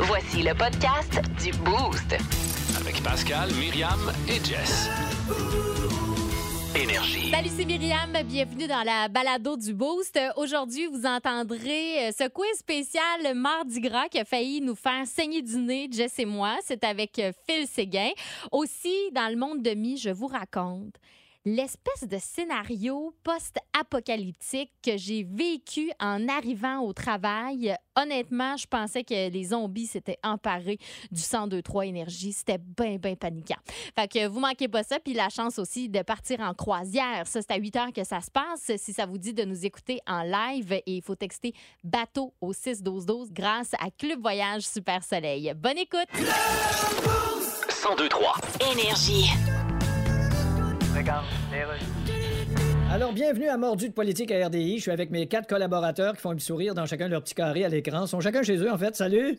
Voici le podcast du Boost. Avec Pascal, Myriam et Jess. Énergie. Salut, c'est Myriam. Bienvenue dans la balado du Boost. Euh, Aujourd'hui, vous entendrez euh, ce quiz spécial Mardi Gras qui a failli nous faire saigner du nez, Jess et moi. C'est avec euh, Phil Séguin. Aussi, dans le monde de mi, je vous raconte l'espèce de scénario post-apocalyptique que j'ai vécu en arrivant au travail. Honnêtement, je pensais que les zombies s'étaient emparés du 102.3 Énergie. C'était bien, bien paniquant. Fait que vous manquez pas ça. Puis la chance aussi de partir en croisière. Ça, c'est à 8 heures que ça se passe. Si ça vous dit de nous écouter en live, et il faut texter bateau au 6-12-12 grâce à Club Voyage Super Soleil. Bonne écoute! 1023. Énergie. Alors, bienvenue à Mordu de politique à RDI. Je suis avec mes quatre collaborateurs qui font un petit sourire dans chacun leur petit carré à l'écran. Ils sont chacun chez eux, en fait. Salut!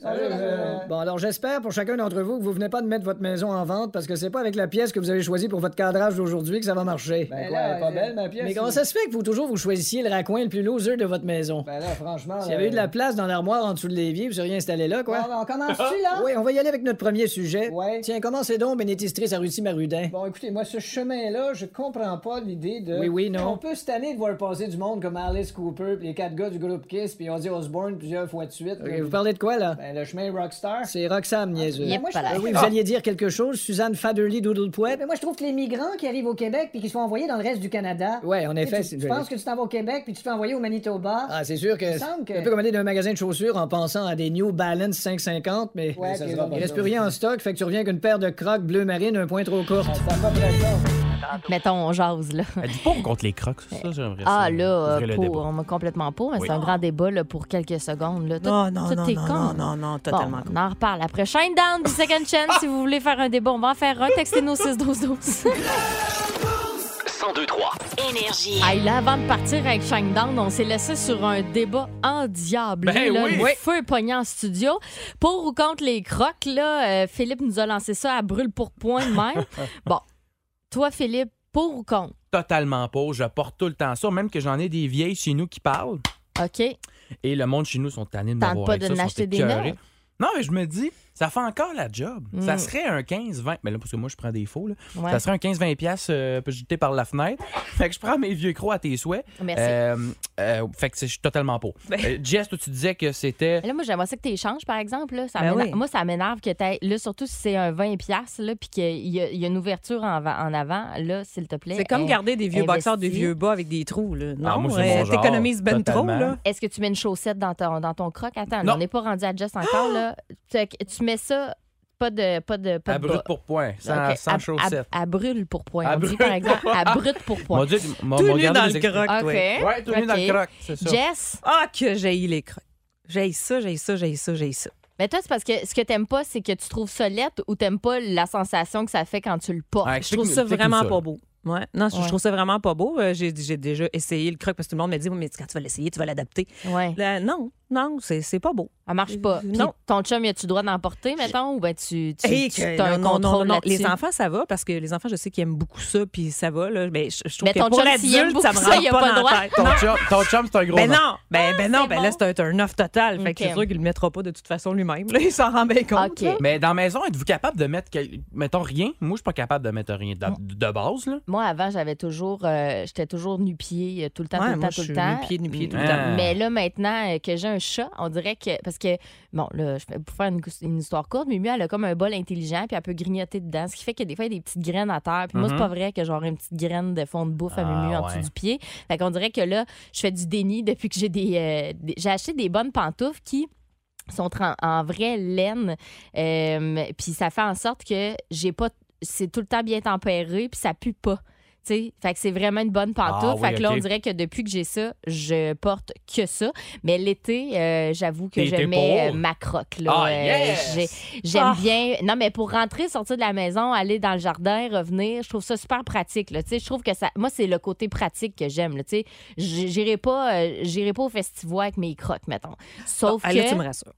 Bon, alors j'espère pour chacun d'entre vous que vous venez pas de mettre votre maison en vente parce que c'est pas avec la pièce que vous avez choisie pour votre cadrage d'aujourd'hui que ça va marcher. Ben pas belle ma pièce. Ben Mais comment ça se fait que vous toujours vous choisissiez le raccoin le plus loser de votre maison? Ben là, franchement. Ah, S'il y avait eu de la place dans l'armoire en dessous de l'évier, vous seriez installé là, quoi? Ben, Ah, on commence-tu, là? Oui, on va y aller avec notre premier sujet. Ouais. Tiens, commencez donc, bénétistrice à Russie Marudin. Bon, écoutez, moi, ce chemin-là, je comprends pas l'idée de. Oui, oui, non. On peut cette année de voir passer du monde comme Alice Cooper, puis les quatre gars du groupe Kiss, puis Ozzy Osbourne plusieurs fois de suite. Ok, vous parlez de quoi, là? Ben, le chemin Rockstar. C'est Roxane, niaiseux. Yep, moi, je Ah, voilà. Ah oui, vous alliez dire quelque chose, Suzanne Faderly Doodlepouette? Mais moi, je trouve que les migrants qui arrivent au Québec puis qui se font envoyer dans le reste du Canada. Ouais, en Tu sais, effet, c'est Tu, une tu jolie- penses que tu t'en vas au Québec puis tu te fais envoyer au Manitoba. Ah, c'est sûr que me semble que- c'est un peu comme aller d'un magasin de chaussures en pensant à des New Balance 550, mais Ouais, mais ça puis sera ils ont pas pas il reste ça. plus rien en stock, fait que tu reviens avec une paire de crocs bleu marine un point trop court. C'est à peu près ça. Mettons, on jase, là. Elle dit pas contre les crocs, c'est ça, j'aimerais ça. Ah là, Ouvrez euh, le pour, débat. on m'a complètement pour, mais Oui. c'est un grand débat là, pour quelques secondes. Là. Tout- Non, non, tout non, est non, con. non, non, non, Bon, totalement con. on en reparle après. Shine down du Second Chance, si vous voulez faire un débat, on va en faire un. Textez-nous 6 12 12 1023. Énergie. Hey, là, avant de partir avec Shine down, on s'est laissé sur un débat en diable. Ben là, oui. le feu pognant en studio. Pour ou contre les crocs, là, euh, Philippe nous a lancé ça à brûle pour point de même. bon, toi, Philippe, pour ou contre? Totalement pauvre, je porte tout le temps ça, même que j'en ai des vieilles chez nous qui parlent. OK. Et le monde chez nous sont tannés de Tente m'avoir pas avec de ça, sont m'acheter des écœurés. neuves. Non, mais je me dis, ça fait encore la job. Mm. Ça serait un 15-20. Mais là, parce que moi, je prends des faux, là. Ouais. Ça serait un 15-20 piastres euh, jeté par la fenêtre. fait que je prends mes vieux crocs à tes souhaits. Merci. Ben. Euh, euh, fait que c'est- je suis totalement pauvre. Euh, Jess, toi, tu disais que c'était. Mais Là, moi, j'aimerais ça que tu échanges, par exemple. Là. Ça Ben m'éner- oui. Moi, ça m'énerve que tu Là, surtout si c'est un 20$, piastres, là, puis qu'il y, a- il y a une ouverture en, va- en avant, là, s'il te plaît. C'est comme euh, garder des vieux boxeurs, des investi. vieux bas avec des trous, là. Non, Ah, moi, c'est mon euh, genre, t'économises ben trop, totalement. là. Est-ce que tu mets une chaussette dans ton, dans ton croc? Attends, là, Non. on n'est pas rendu à Jess encore. là. Fait que Tu mets ça, pas de. Pas de, pas À de brut bas. pour point, sans, Ok, sans à- à- chaussettes. À, brûle pour point. À on dit, brûle par exemple, à brut pour point. Mon Dieu, mon- Tout mon nu gardien dans des le écoutes. croc, OK. toi. Ouais, tout nu dans le Ok. croc, c'est ça. Jess, Ah, que j'ai les crocs. J'ai ça, j'ai ça, j'ai ça, j'ai ça. mais toi, c'est parce que ce que t'aimes pas, c'est que tu trouves ça lettre ou t'aimes pas la sensation que ça fait quand tu le portes. Ouais, Je trouve explique-nous- ça explique-nous vraiment ça, là. pas beau. Ouais. Non, je- Ouais. je trouve ça vraiment pas beau. Euh, J'ai j'ai déjà essayé le croc parce que tout le monde me dit, Oui, mais quand tu vas l'essayer, tu vas l'adapter. Ouais. Là, Non, non, c'est c'est pas beau. Elle marche pas. Puis Non. ton chum, y a-tu le droit d'en porter, mettons, ou ben tu, tu, Hey, tu que- t'as non, un non, non, contrôle non. là-dessus? Les enfants, ça va parce que les enfants, je sais qu'ils aiment beaucoup ça, puis ça va. Là. Mais je, je trouve Mais que ton pour chum, s'il aime l'adulte, ça me beaucoup ça, rentre il a pas pas dans le la droit. tête. Ton chum, ton chum, c'est un gros Ben non. non, ben, ben non, Ah, c'est ben bon. là c'est un turn-off total. Fait que Ok. c'est sûr qu'il le mettra pas de toute façon lui-même. Là, il s'en rend bien compte. OK. là. Mais dans la maison, êtes-vous capable de mettre, quel- mettons, rien? Moi, je suis pas capable de mettre rien de, de base, là. Moi, avant, j'avais toujours. euh, J'étais toujours nu-pied euh, tout le temps, Ouais, tout le moi, temps, je tout le suis temps. Mm, nu-pied, nu-pied tout le Ah. temps. Mais là, maintenant euh, que j'ai un chat, on dirait que. Parce que, bon, là, je fais- pour faire une, cous- une histoire courte, Mimu, elle a comme un bol intelligent, puis elle peut grignoter dedans. Ce qui fait que des fois, il y a des petites graines à terre. Puis moi, c'est Mhm. pas vrai que j'aurais une petite graine de fond de bouffe à Ah, Mimu en ouais. dessous du pied. Fait qu'on dirait que là, je fais du déni depuis que j'ai des. euh, des- j'ai acheté des bonnes pantoufles qui sont en, en vraie laine. Euh, puis ça fait en sorte que j'ai pas. C'est tout le temps bien tempéré, puis ça pue pas. Tu sais, fait que c'est vraiment une bonne pantoufle. Ah oui, fait que là, ok. on dirait que depuis que j'ai ça, je porte que ça. Mais l'été, euh, j'avoue que T'es- je t'es mets pauvre. euh, ma croque. Là. Ah, Euh, yes! j'ai- J'aime Ah. bien. Non, mais pour rentrer, sortir de la maison, aller dans le jardin, revenir, je trouve ça super pratique. là. Tu sais, je trouve que ça. Moi, c'est le côté pratique que j'aime. là. Tu sais, j- j'irai pas, euh, j'irai pas au festival avec mes croques, mettons. Sauf Ah, que. là, tu me rassures.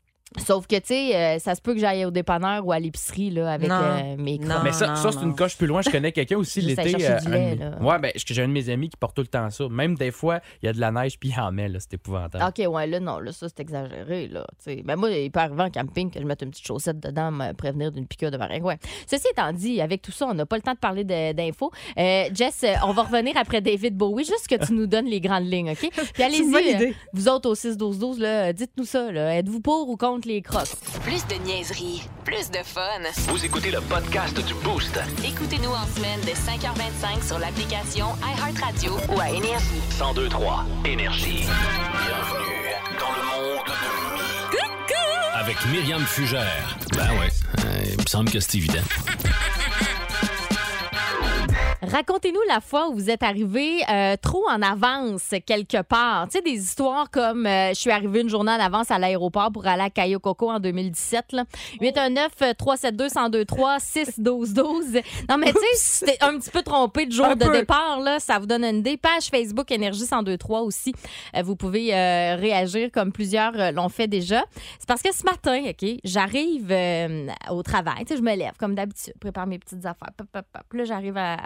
Sauf que, tu sais, euh, ça se peut que j'aille au dépanneur ou à l'épicerie là, avec Non. euh, mes Non. crocs. Mais ça, non, ça, c'est non. une coche plus loin. Je connais quelqu'un aussi Juste l'été. aller chercher du un de lait, mes- là. Ouais, ben, j'ai un de mes amis qui porte tout le temps ça. Même des fois, il y a de la neige, puis il en met, là. C'est épouvantable. OK, ouais, là, non, là, ça, c'est exagéré, là. tu sais. Ben, moi, il peut arriver en camping que je mette une petite chaussette dedans, me prévenir d'une piqûre de maringouin. Ceci étant dit, avec tout ça, on n'a pas le temps de parler de- d'infos. Euh, Jess, euh, on va revenir après David Bowie, juste que tu nous donnes les grandes lignes, OK? Puis allez-y, bonne euh, idée. vous autres au 6-12-12, là, dites-nous ça, là. Êtes-vous pour ou contre les crocs? Plus de niaiserie, plus de fun. Vous écoutez le podcast du Boost. Écoutez-nous en semaine de 5h25 sur l'application iHeartRadio ou à Énergie. 1023 Énergie. Bienvenue dans le monde de Avec Myriam Fugère. Ben ouais, il me semble que c'est évident. Racontez-nous la fois où vous êtes arrivé euh, trop en avance quelque part. Tu sais, des histoires comme euh, je suis arrivé une journée en avance à l'aéroport pour aller à Cayo Coco en 2017. là. 819-372-1023-612-12. Non, mais tu sais, si t'es un petit peu trompé de jour Un de peu. départ, là, ça vous donne une idée. Page Facebook Énergie 1023 aussi. Euh, vous pouvez euh, réagir comme plusieurs euh, l'ont fait déjà. C'est parce que ce matin, OK, j'arrive euh, au travail. Tu sais, je me lève comme d'habitude, prépare mes petites affaires. Pop, pop, pop. Là, j'arrive à,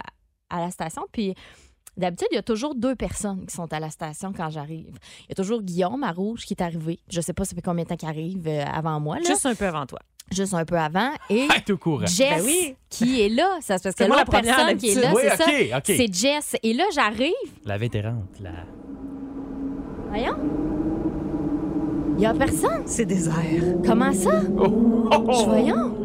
à la station. Puis d'habitude, il y a toujours deux personnes qui sont à la station quand j'arrive. Il y a toujours Guillaume à Rouge qui est arrivé. Je sais pas ça fait combien de temps qu'il arrive euh, avant moi, là. Juste, Juste un peu avant toi. un peu avant. Et Hey, tout courant. Jess Ben oui. qui est là. Ça, c'est parce que C'est moi la l'autre première personne qui est là, d'habitude. oui, c'est ça. OK, OK. C'est Jess. Et là, j'arrive. La vétérante, la... Voyons. Il y a personne. C'est désert. Comment ça? Oh, oh, Je- oh. Voyons.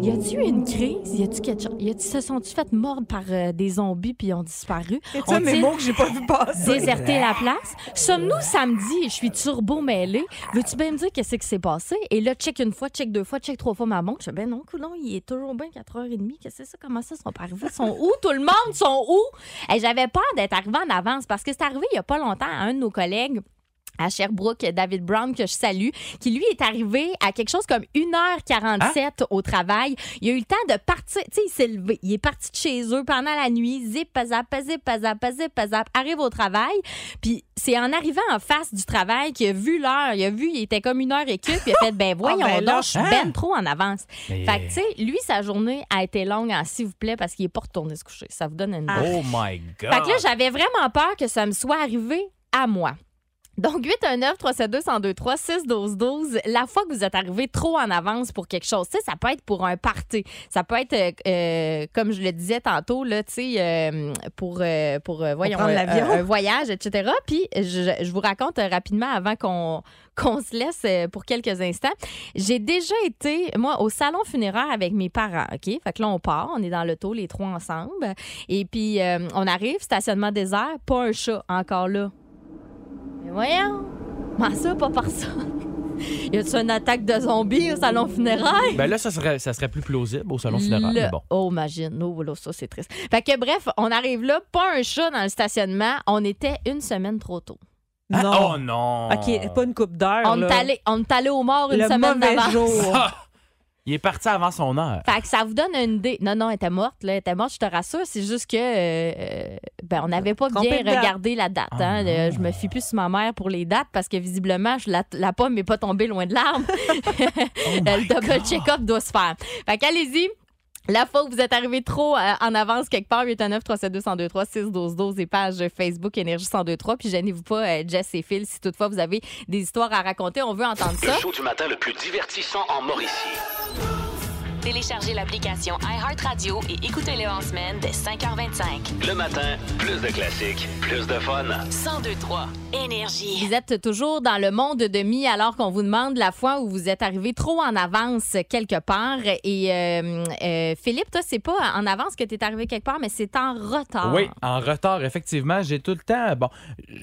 Y a-tu une crise? Y a-tu quelque chose? Y a-tu se sont-tu fait mordre par euh, des zombies puis ils ont disparu? Ça, mes dit- mots que j'ai pas vu passer. déserter la place. Sommes-nous samedi? Je suis turbo mêlée. Veux-tu bien me dire qu'est-ce qui s'est passé? Et là, check une fois, check deux fois, check trois fois ma montre. Je fais, ben non, coulon, il est toujours bien 4h30. Qu'est-ce que c'est ça? Comment ça? Ils sont pas arrivés? Ils sont où? Tout le monde sont où? Et j'avais peur d'être arrivée en avance parce que c'est arrivé il y a pas longtemps à un de nos collègues à Sherbrooke, David Brown, que je salue, qui lui est arrivé à quelque chose comme 1h47 au travail. Il a eu le temps de partir, tu sais, il s'est levé, il est parti de chez eux pendant la nuit, zip, zap, zip, zap, zip, zap, arrive au travail, puis c'est en arrivant en face du travail qu'il a vu l'heure, il a vu, il était comme une heure et quelques, puis il a fait, ben voyons ben là, donc, je suis hein? ben trop en avance. Mais- Fait que, tu sais, lui, sa journée a été longue en s'il vous plaît, parce qu'il est pas retourné se coucher. Ça vous donne une Ah. idée. Oh my God. Fait que là, j'avais vraiment peur que ça me soit arrivé à moi. Donc, 819 372 1023 6 12 12 la fois que vous êtes arrivé trop en avance pour quelque chose, tu sais, ça peut être pour un party, ça peut être, euh, euh, comme je le disais tantôt, là, tu sais, euh, pour, euh, pour, euh, voyons, prendre un, l'avion. un- un voyage, etc. Puis, je, je vous raconte euh, rapidement avant qu'on qu'on se laisse euh, pour quelques instants. J'ai déjà été, moi, au salon funéraire avec mes parents, OK? Fait que là, on part, on est dans l'auto, les trois ensemble. Et puis, euh, on arrive, stationnement désert, pas un chat, encore là. Mais voyons, comment ça, pas personne? y a-tu une attaque de zombies au salon funéraire? Ben là, ça serait, ça serait plus plausible au salon funéraire. Le- Mais bon. Oh, imagine. No, là, ça, c'est triste. Fait que bref, on arrive là, pas un chat dans le stationnement. On était une semaine trop tôt. Ah, Non. oh non. OK, pas une coupe d'heure. On là. est allé, on est allé au mort une Le semaine mauvais d'avance. jour. Il est parti avant son heure. Fait que ça vous donne une idée. Non, non, elle était morte, là. Elle était morte, je te rassure. C'est juste que euh, euh, ben, on n'avait pas Trompé bien de date. regardé la date. Ah, hein. Le- je me fie plus sur ma mère pour les dates parce que visiblement, je la, la pomme n'est pas tombée loin de l'arbre. le double check-up doit se faire. Fait qu'allez-y. La fois où vous êtes arrivé trop euh, en avance quelque part, 819 372 1023 6 12 12 et page Facebook Énergie 1023. Puis gênez-vous pas, euh, Jess et Phil, si toutefois vous avez des histoires à raconter, on veut entendre Le ça. show du matin le plus divertissant en Mauricie. Téléchargez l'application iHeartRadio et écoutez-le en semaine dès 5h25. Le matin, plus de classiques, plus de fun. 1023 Énergie. Vous êtes toujours dans le monde de mi alors qu'on vous demande la fois où vous êtes arrivé trop en avance quelque part. Et euh, euh, Philippe, toi, c'est pas en avance que tu es arrivé quelque part, mais c'est en retard. Oui, en retard, effectivement. J'ai tout le temps. Bon,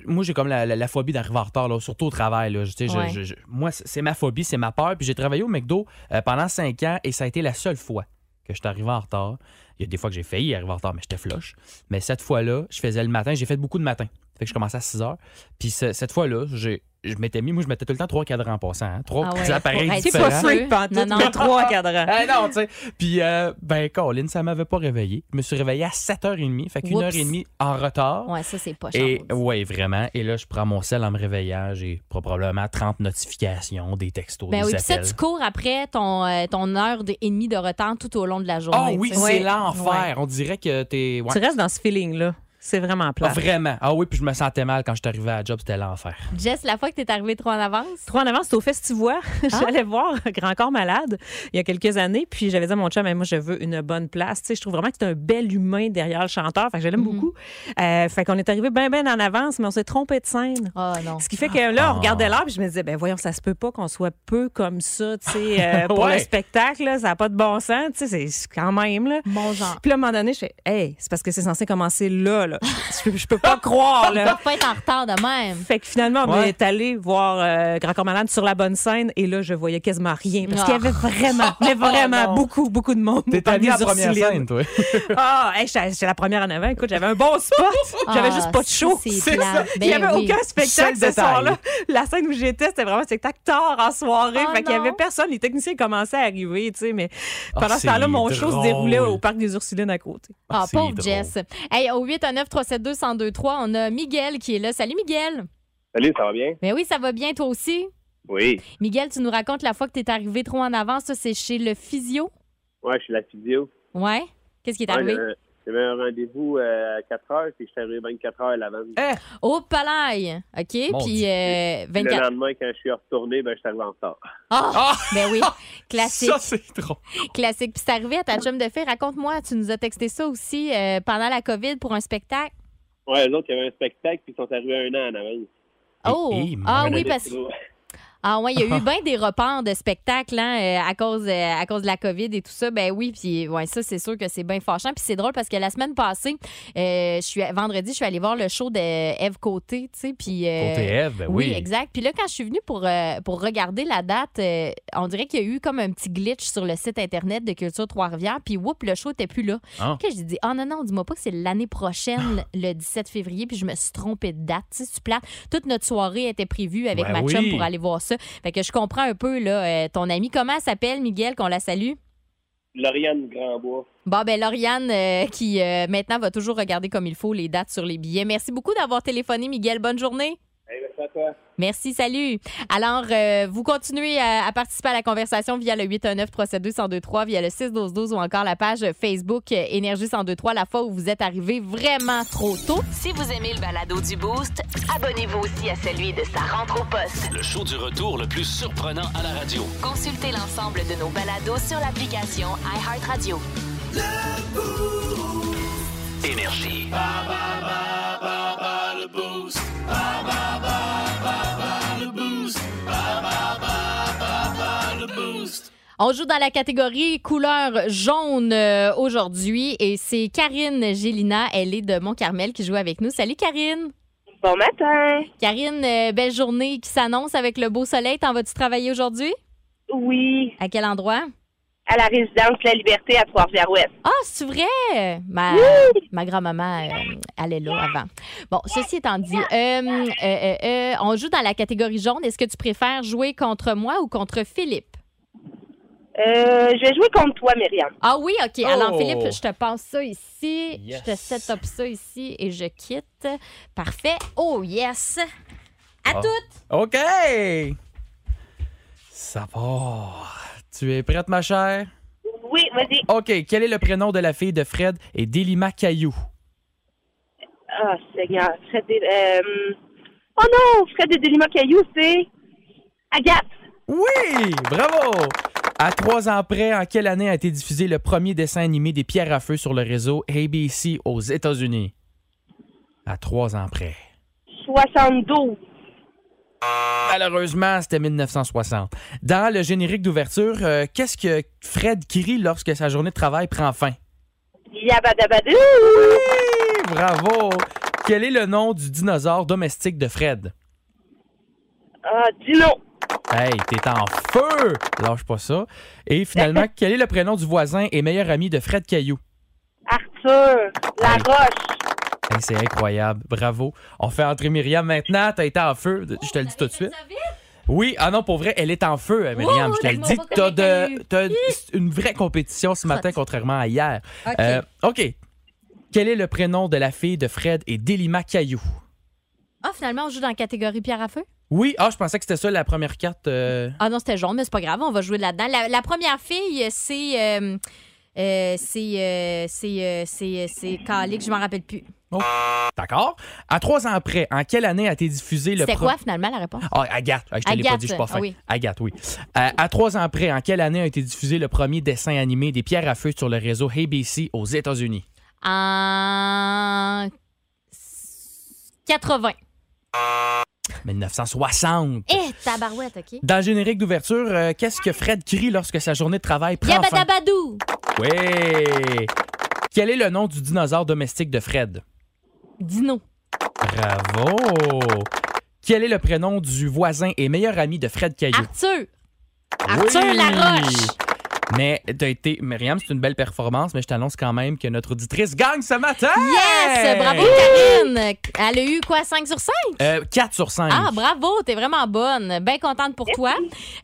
moi, j'ai comme la, la- la phobie d'arriver en retard, là, surtout au travail. Là. Je- tu sais, je- Ouais. je- je- moi, c'est c'est ma phobie, c'est ma peur. Puis j'ai travaillé au McDo euh, pendant cinq ans et ça a été la seule fois que je suis arrivé en retard. Il y a des fois que j'ai failli arriver en retard, mais j'étais flush. Mais cette fois-là, je faisais le matin. J'ai fait beaucoup de matin. Fait que je commençais à 6 heures. Puis ce- cette fois-là, j'ai. je m'étais mis, moi, je mettais tout le temps trois cadrans en passant. hein. Trois Ah petits ouais. appareils Hey, C'est c'est pas différents. vrai. freak, Non, pantoute, Hein? non. mais trois cadrans. Ah non, tu sais. Puis, euh, ben, Colin, ça m'avait pas réveillé. Je me suis réveillé à 7h30, fait qu'une Oups. Ah, heure et demie en retard. Ouais, ça, c'est pas cher. Et ouais, vraiment. Et là, je prends mon sel en me réveillant. J'ai probablement 30 notifications, des textos, Ben des oui, puis ça, appels. tu cours après ton, euh, ton heure de- et demie de retard tout au long de la journée. Ah oui, tu sais. c'est Ouais. l'enfer. On dirait que t'es. ouais. Tu restes dans ce feeling-là. C'est vraiment Ah, plat. vraiment. Ah oui, puis je me sentais mal quand je suis arrivé à la job, c'était l'enfer. Jess, la fois que t'es arrivé trop en avance, Trois en avance, c'est au Festivois. J'allais voir Grand Corps Malade il y a quelques années. Puis j'avais dit à mon chum, mais moi, je veux une bonne place. Tu sais, je trouve vraiment que c'est un bel humain derrière le chanteur. Fait que je l'aime beaucoup. Euh, fait qu'on est arrivé bien, bien en avance, mais on s'est trompé de scène. oh non. Ce qui fait que là, Ah. on regardait l'heure, puis je me disais, ben voyons, ça se peut pas qu'on soit peu comme ça, tu sais, euh, pour Ouais. le spectacle, là, ça n'a pas de bon sens, tu sais, c'est- c'est quand même, là. Mon genre. Puis là, à un moment donné, je fais, hey, c'est parce que c'est censé commencer là, là. je, peux- je peux pas croire, Tu là. dois pas être en retard de même. Fait que finalement, on Ouais. est allé voir euh, Grand Corps Malade sur la bonne scène et là, je voyais quasiment rien parce qu'il y avait Ah. vraiment, Oh mais vraiment beaucoup, beaucoup de monde. allé allé à la première scène, toi. Ah, hey, j'étais j'étais la première en avant. Écoute, j'avais un bon spot. J'avais Ah, juste pas de si, show. c'est C'est plate. ça. Il n'y Ben avait oui. aucun Seul spectacle ce détail. soir-là. La scène où j'étais, c'était vraiment un spectacle tard en soirée. Oh fait qu'il n'y avait non. personne. Les techniciens commençaient à arriver, tu sais. Mais Ah, pendant ce temps-là, c'est mon show drôle. se déroulait au parc des Ursulines à côté. Ah, C'est pauvre drôle. Jess. Hey, au 819 372 1023 on a Miguel qui est là. Salut Miguel. Salut, ça va bien? Ben oui, ça va bien toi aussi. Oui. Miguel, tu nous racontes la fois que t'es arrivé trop en avance, ça c'est chez le physio. Ouais, je suis la physio. Ouais. Qu'est-ce qui est Ouais, arrivé? euh, j'avais- J'avais un rendez-vous euh, à 4 heures, puis je suis arrivé 24 heures à l'avance. Au palais. Oh, OK, Mon puis Dieu. euh, Puis 24. Le lendemain, quand je suis retourné, ben, je suis arrivé en retard. Ah! Ah! Ben oui, classique, Ça, c'est drôle. classique. Puis c'est arrivé à ta chum de fille. Raconte-moi, tu nous as texté ça aussi euh, pendant la COVID pour un spectacle. Ouais, eux autres, il y avait un spectacle, puis ils sont arrivés un an en avance. Oh! Eh, eh, ah mon oui, Dieu. parce que. Ah ouais, il y a eu bien des reports de spectacles hein, euh, à, cause, euh, à cause de la COVID et tout ça. Ben oui, puis ouais, ça, c'est sûr que c'est bien fâchant. Puis c'est drôle parce que la semaine passée, euh, je suis, vendredi, je suis allée voir le show de Eve Côté, tu sais, puis... euh, Côté Ève, ben oui. exact. Puis là, quand je suis venue pour, euh, pour regarder la date, euh, on dirait qu'il y a eu comme un petit glitch sur le site Internet de Culture Trois-Rivières, puis whoop, le show était plus là. Ah. Puis là, j'ai dit, ah non, non, dis-moi pas que c'est l'année prochaine, le 17 février, puis je me suis trompée de date. Tu sais, tu plates. Toute notre soirée était prévue avec Ben ma chum oui. pour aller voir ça. Fait que je comprends un peu, là, euh, ton ami. Comment elle s'appelle, Miguel, qu'on la salue? Lauriane Grandbois. Bon, ben, Lauriane, euh, qui euh, maintenant va toujours regarder comme il faut les dates sur les billets. Merci beaucoup d'avoir téléphoné, Miguel. Bonne journée. Hey, merci à toi. Merci, salut. Alors, euh, vous continuez à, à participer à la conversation via le 819-372-1023, via le 612-12 ou encore la page Facebook euh, Énergie 1023, la fois où vous êtes arrivé vraiment trop tôt. Si vous aimez le balado du Boost, abonnez-vous aussi à celui de sa rentre au poste. Le show du retour le plus surprenant à la radio. Consultez l'ensemble de nos balados sur l'application iHeartRadio. Énergie. On joue dans la catégorie couleur jaune euh, aujourd'hui et c'est Karine Gélina, elle est de Mont-Carmel qui joue avec nous. Salut Karine. Bon matin. Karine, euh, belle journée qui s'annonce avec le beau soleil. T'en vas-tu travailler aujourd'hui? Oui, À quel endroit? à la résidence La Liberté à Trois-Rivières-Ouest. Ah, c'est vrai! Ma, ma grand-maman, euh, elle est là avant. Bon, ceci étant dit, euh, euh, euh, euh, on joue dans la catégorie jaune. Est-ce que tu préfères jouer contre moi ou contre Philippe? Euh, je vais jouer contre toi, Myriam. Ah oui, OK. Alors, Oh! Philippe, je te passe ça ici. Yes. Je te set up ça ici et je quitte. Parfait. Oh, yes! À Ah. toutes! OK! Ça part. Tu es prête, ma chère? Oui, vas-y. OK. Quel est le prénom de la fille de Fred et d'Elima Caillou? Ah, Seigneur. Fred des... euh, Oh non, Fred des Delima Caillou, c'est Agathe. Oui! Bravo! À trois ans près, en quelle année a été diffusé le premier dessin animé des pierres à feu sur le réseau ABC aux États-Unis? À trois ans près. 72. Malheureusement, c'était 1960. Dans le générique d'ouverture, euh, qu'est-ce que Fred crie lorsque sa journée de travail prend fin? Yabadabadou. Bravo! Quel est le nom du dinosaure domestique de Fred? Ah, Dino. Hey, t'es en feu! Lâche pas ça. Et finalement, quel est le prénom du voisin et meilleur ami de Fred Caillou? Arthur. La Roche. Hey, c'est incroyable. Bravo. On fait entrer Myriam maintenant. T'as été en feu. Je te le dis tout de suite. Oui, ah non, pour vrai, elle est en feu, euh, Myriam. Wow, je te le je m'en dis. vais T'as connaître la de, rue. t'as une vraie compétition ce matin, contrairement à hier. Euh, OK. Quel est le prénom de la fille de Fred et d'Elima Caillou? Ah, finalement, on joue dans la catégorie pierre à feu? Oui, ah, je pensais que c'était ça la première carte. euh, Ah non, c'était jaune, mais c'est pas grave, on va jouer là-dedans. La, la première fille, c'est. euh, euh, c'est. euh, c'est. euh, c'est. c'est Calique, je m'en rappelle plus. D'accord. À trois ans après, en quelle année a été diffusé le C'était pro- quoi, finalement, la réponse? Ah, Agathe. Ah, je te l'ai pas Agathe. dit, je suis pas fin. Ah oui. Agathe, oui. Euh, à trois ans près, en quelle année a été diffusé le premier dessin animé des pierres à feu sur le réseau ABC aux États-Unis? En. 80. 1960. Eh, tabarouette, OK? Dans le générique d'ouverture, euh, qu'est-ce que Fred crie lorsque sa journée de travail prend fin? Yabadabadou! Oui! Quel est le nom du dinosaure domestique de Fred? Dino. Bravo! Quel est le prénom du voisin et meilleur ami de Fred Caillou? Arthur! Arthur Oui. Laroche! Mais t'as été. Myriam, c'est une belle performance, mais je t'annonce quand même que notre auditrice gagne ce matin! Yes! Bravo, Karine! Elle a eu quoi, 5 sur 5? Euh, 4 sur 5. Ah, bravo! T'es vraiment bonne. Bien contente pour toi.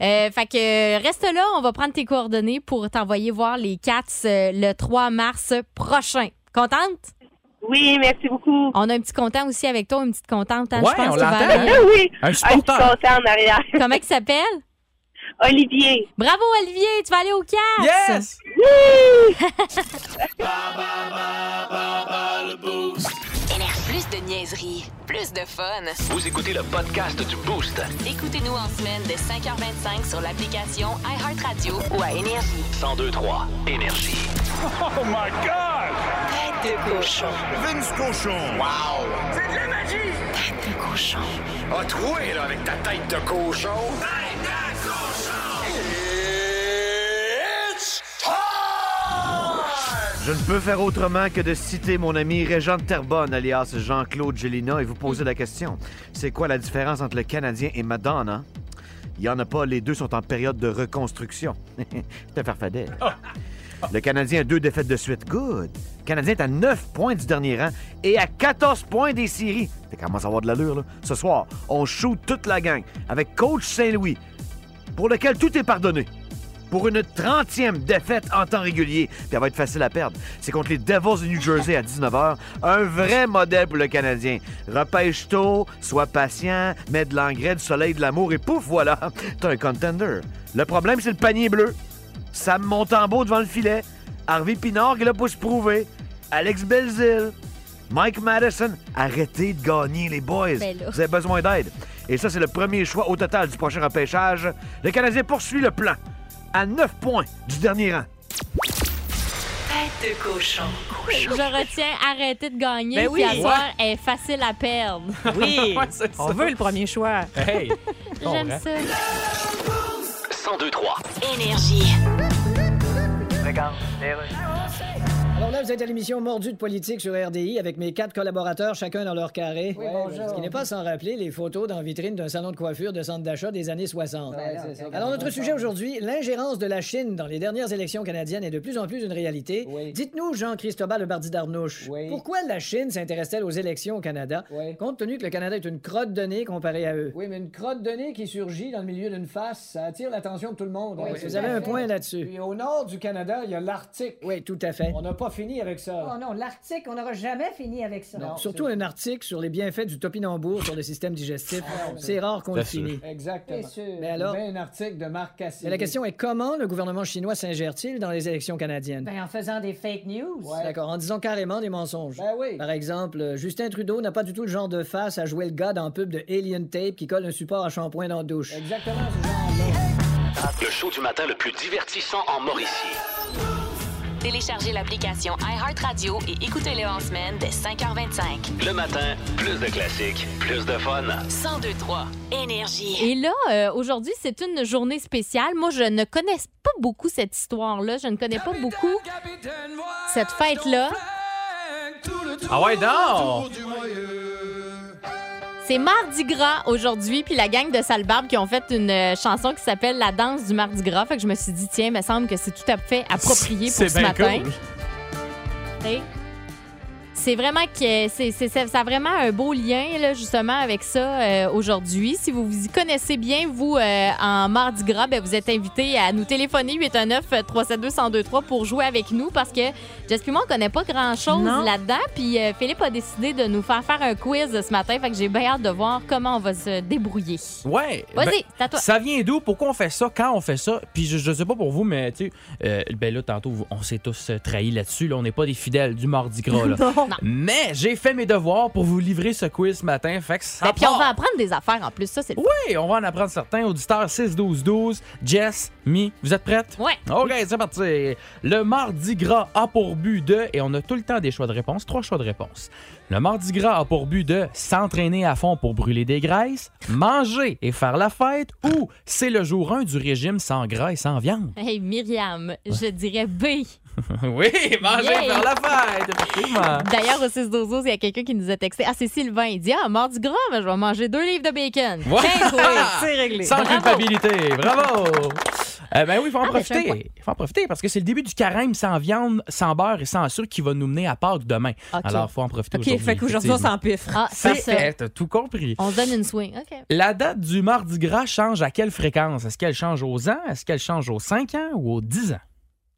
Euh, fait que euh, reste là, on va prendre tes coordonnées pour t'envoyer voir les Cats euh, le 3 mars prochain. Contente? Oui, merci beaucoup. On a un petit content aussi avec toi, une petite contente. hein, Ouais, je pense on qu'il va l'entend, aller, Ah hein. oui, Un ah, je suis supporter. content en arrière. Comment il s'appelle? Olivier. Bravo, Olivier! Tu vas aller aux Cats! Yes! Plus de niaiserie, plus de fun. Vous écoutez le podcast du Boost. Écoutez-nous en semaine de 5h25 sur l'application iHeartRadio ou à Énergie. 1023 Énergie. Oh Vince Cochon. Wow! C'est de la magie! Tête de cochon. A troué, là, avec ta tête de cochon. Tête de cochon! It's time! Je ne peux faire autrement que de citer mon ami Régent de Terbonne, alias Jean-Claude Gélina, et vous poser la question. C'est quoi la différence entre le Canadien et Madonna? Il n'y en a pas, les deux sont en période de reconstruction. C'était farfadet. Le Canadien a deux défaites de suite. Good. Le Canadien est à 9 points du dernier rang et à 14 points des séries. Ça commence à avoir de l'allure, là. Ce soir, on shoot toute la gang avec Coach Saint-Louis, pour lequel tout est pardonné. Pour une 30e défaite en temps régulier, puis elle va être facile à perdre. C'est contre les Devils du New Jersey à 19h. Un vrai modèle pour le Canadien. Repêche tôt, sois patient, mets de l'engrais, du soleil, de l'amour, et pouf, voilà, t'as un contender. Le problème, c'est le panier bleu. Sam Montembeau devant le filet. Harvey Pinard qui est là pour se prouver. Alex Belzil. Mike Madison. Arrêtez de gagner, les boys. Ben là. Vous avez besoin d'aide. Et ça, c'est le premier choix au total du prochain repêchage. Le Canadien poursuit le plan à 9 points du dernier rang. Je retiens, arrêtez de gagner. Ben oui. puis à soir, elle est facile à perdre. Oui, Ouais, c'est on ça. veut le premier choix. Hey! hein? J'aime ça. 1023 Énergie. Alors là, vous êtes à l'émission Mordu de politique sur RDI avec mes quatre collaborateurs, chacun dans leur carré. Oui, bonjour. Ce qui n'est pas sans rappeler les photos dans la vitrine d'un salon de coiffure de centre d'achat des années 60. Ouais, Ben c'est ça. Alors, notre sujet aujourd'hui, l'ingérence de la Chine dans les dernières élections canadiennes est de plus en plus une réalité. Oui. Dites-nous, Jean-Christobal Bardi d'Arnouche, Oui. pourquoi la Chine s'intéresse-t-elle aux élections au Canada, Oui. compte tenu que le Canada est une crotte de nez comparée à eux? Oui, mais une crotte de nez qui surgit dans le milieu d'une face, ça attire l'attention de tout le monde. Oui, Vous avez un point là-dessus. Puis au nord du Canada, il y a l'Arctique. Oui, tout à fait. On n'a pas fini avec ça. Oh non, l'Arctique, on n'aura jamais fini avec ça. Non. Surtout un article sur les bienfaits du topinambour sur le système digestif. Ah, C'est rare qu'on le C'est sûr. finit. Exactement. Bien sûr. Mais alors- Ben, un article de Marc Cassidy. Mais la question est comment le gouvernement chinois s'ingère-t-il dans les élections canadiennes? Ben, en faisant des fake news. Ouais. D'accord, en disant carrément des mensonges. Ben oui. Par exemple, euh, Justin Trudeau n'a pas du tout le genre de face à jouer le gars dans le pub de Alien Tape qui colle un support à shampoing dans la douche. Exactement ce genre-là. Le show du matin le plus divertissant en Mauricie. Téléchargez l'application iHeartRadio et écoutez-le en semaine dès 5h25. Le matin, plus de classiques, plus de fun. 1023 Énergie. Et là, euh, aujourd'hui, c'est une journée spéciale. Moi, je ne connais pas beaucoup cette histoire-là. Je ne connais pas beaucoup cette fête-là. Ah ouais, non! C'est Mardi Gras aujourd'hui, puis la gang de Salbarbe qui ont fait une euh, chanson qui s'appelle La danse du Mardi Gras. Fait que je me suis dit, tiens, il me semble que c'est tout à fait approprié pour C'est ce bien matin. cool. Hey. C'est vraiment que c'est, c'est- ça- ça a vraiment un beau lien là, justement avec ça euh, aujourd'hui. Si vous vous y connaissez bien, vous euh, en mardi gras, ben, vous êtes invité à nous téléphoner 819 372 1023 pour jouer avec nous parce que Jess puis moi, on connaît pas grand-chose Non. là-dedans. Puis euh, Philippe a décidé de nous faire faire un quiz euh, ce matin, fait que j'ai bien hâte de voir comment on va se débrouiller. Ouais. Vas-y, ben, c'est à toi. Ça vient d'où? Pourquoi on fait ça? Quand on fait ça? Puis je, je sais pas pour vous, mais tu sais, euh, ben là, tantôt, vous- on s'est tous euh, trahis là-dessus. Là, on n'est pas des fidèles du mardi gras. Là. Non. Non. Mais j'ai fait mes devoirs pour vous livrer ce quiz ce matin. Fait que ça Ben, puis on part. va apprendre des affaires en plus, ça c'est le Oui, on va en apprendre certains. Auditeur 6-12-12, Jess, Mi, vous êtes prêtes? Ouais. OK, c'est parti. Le mardi gras a pour but de, et on a tout le temps des choix de réponse, trois choix de réponse. Le mardi gras a pour but de s'entraîner à fond pour brûler des graisses, manger et faire la fête, ou c'est le jour 1 du régime sans gras et sans viande. Hey Myriam, je dirais B. oui, manger Yay! et faire la fête, effectivement. D'ailleurs, au 6 12 il y a quelqu'un qui nous a texté. Ah, c'est Sylvain. Il dit Ah, mort du gras, mais je vais manger deux livres de bacon. Ouais. Tiens, toi. c'est réglé. Sans Bravo. culpabilité. Bravo. Eh ben oui, il faut en Ah, ben, c'est un point. profiter. Il faut en profiter parce que c'est le début du carême sans viande, sans beurre et sans sucre qui va nous mener à Pâques demain. Ok. Alors, il faut en profiter OK, aujourd'hui. fait qu'aujourd'hui, on effectivement. s'empiffre. Ah, C'est c'est ça. fait, t'as tout compris. On se donne une swing. OK. La date du Mardi Gras change à quelle fréquence? Est-ce qu'elle change aux ans? Est-ce qu'elle change aux 5 ans ou aux 10 ans?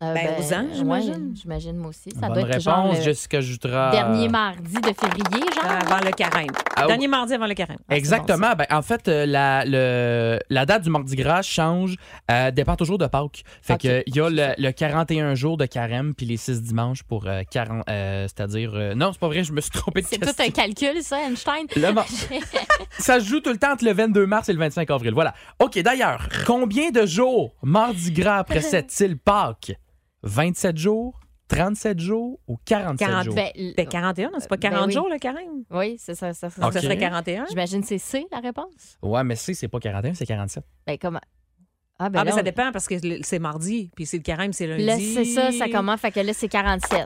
Euh, Ben, aux ans, ouais, j'imagine. j'imagine, moi aussi. Ça Bonne doit être genre réponse, euh, le Jessica Ah, Jutra. dernier mardi de février, genre. Avant le carême. Ah, Dernier mardi avant le carême. Ah, c'est Exactement. Ben, en fait, euh, la, le- la date du Mardi Gras change, euh, dépend toujours de Pâques. Fait Ok. que, euh, il y a le, le 41 jours de carême, puis les 6 dimanches pour euh, 40. euh, C'est-à-dire. euh, non, c'est pas vrai, je me suis trompé de C'est question. tout un calcul, ça, Einstein. Le mar- Ça se joue tout le temps entre le 22 mars et le 25 avril. Voilà. OK, d'ailleurs, combien de jours Mardi Gras précède-t-il Pâques 27 jours, 37 jours ou 47 40. jours? Ben, ça. Ben, 41, non, c'est pas Ben 40 oui. jours le carême. oui, c'est ça. ça, ça. Donc, ça Ok. serait 41. J'imagine que c'est C, la réponse. Ouais, mais c'est, c'est pas 41, c'est 47. Ben, comment. ben ah, mais là, ça on- dépend parce que le- c'est mardi, puis c'est le carême, c'est lundi. Là, c'est ça, ça commence. Fait que là, c'est 47.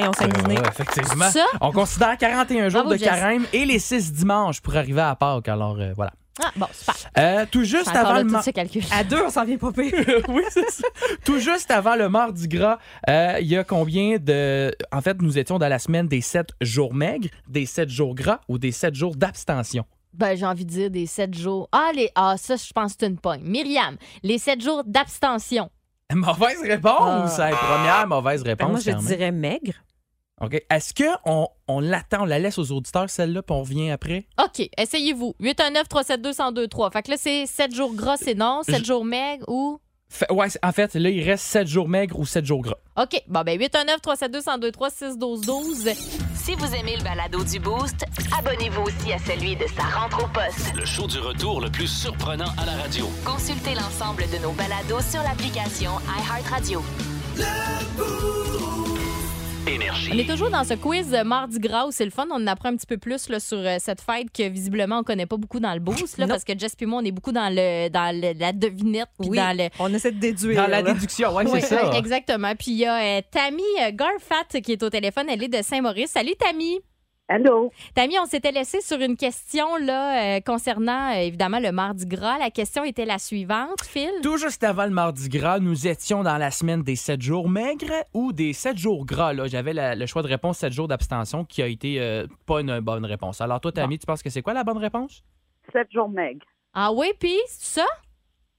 Et on s'est Ben Ouais, effectivement. Ah, Ça? On considère 41 jours Bravo, de Jess. carême et les 6 dimanches pour arriver à Pâques. Alors, euh, voilà. Ah, bon, c'est pas. Euh, tout juste Encore avant là, le tout mar- ce calcul. À deux, on s'en vient pas pire. oui, c'est ça. Tout juste avant le Mardi Gras, euh, il y a combien de. En fait, nous étions dans la semaine des 7 jours maigres, des 7 jours gras ou des 7 jours d'abstention. Ben, j'ai envie de dire des 7 jours. Ah, les... ah ça, je pense que c'est une pogne. Myriam, les 7 jours d'abstention. Mauvaise réponse! hein, Première mauvaise Ah. Ben, moi, réponse. je quand même. dirais maigre. OK. Est-ce qu'on on, l'attend, on la laisse aux auditeurs, celle-là, puis on revient après? OK, essayez-vous. 819-372-1023. Fait que là, c'est 7 jours gras, c'est non. 7 Je- jours maigres ou. Fait- ouais, en fait, là, il reste 7 jours maigres ou 7 jours gras. OK, bon, ben 819-372-1023-612-12. Si vous aimez le balado du Boost, abonnez-vous aussi à celui de sa rentre au poste. Le show du retour le plus surprenant à la radio. Consultez l'ensemble de nos balados sur l'application iHeartRadio. Énergie. On est toujours dans ce quiz euh, Mardi Gras où c'est le fun. On en apprend un petit peu plus là, sur euh, cette fête que visiblement on connaît pas beaucoup dans le boost là, Non. parce que Jess et moi on est beaucoup dans le dans le- la devinette puis Oui, dans le on essaie de déduire. là. déduction, ouais, Oui, oui, Exactement. Puis il y a euh, Tammy euh, Garfat qui est au téléphone. Elle est de Saint-Maurice. Salut, Tammy. Allô? Tammy, on s'était laissé sur une question là, euh, concernant euh, évidemment le Mardi Gras. La question était la suivante, Phil. Tout juste avant le Mardi Gras, nous étions dans la semaine des 7 jours maigres ou des 7 jours gras. Là. J'avais la- le choix de réponse 7 jours d'abstention qui a été euh, pas une bonne réponse. Alors toi, Tammy, tu penses que c'est quoi la bonne réponse? Sept jours maigres. Ah oui, puis c'est ça?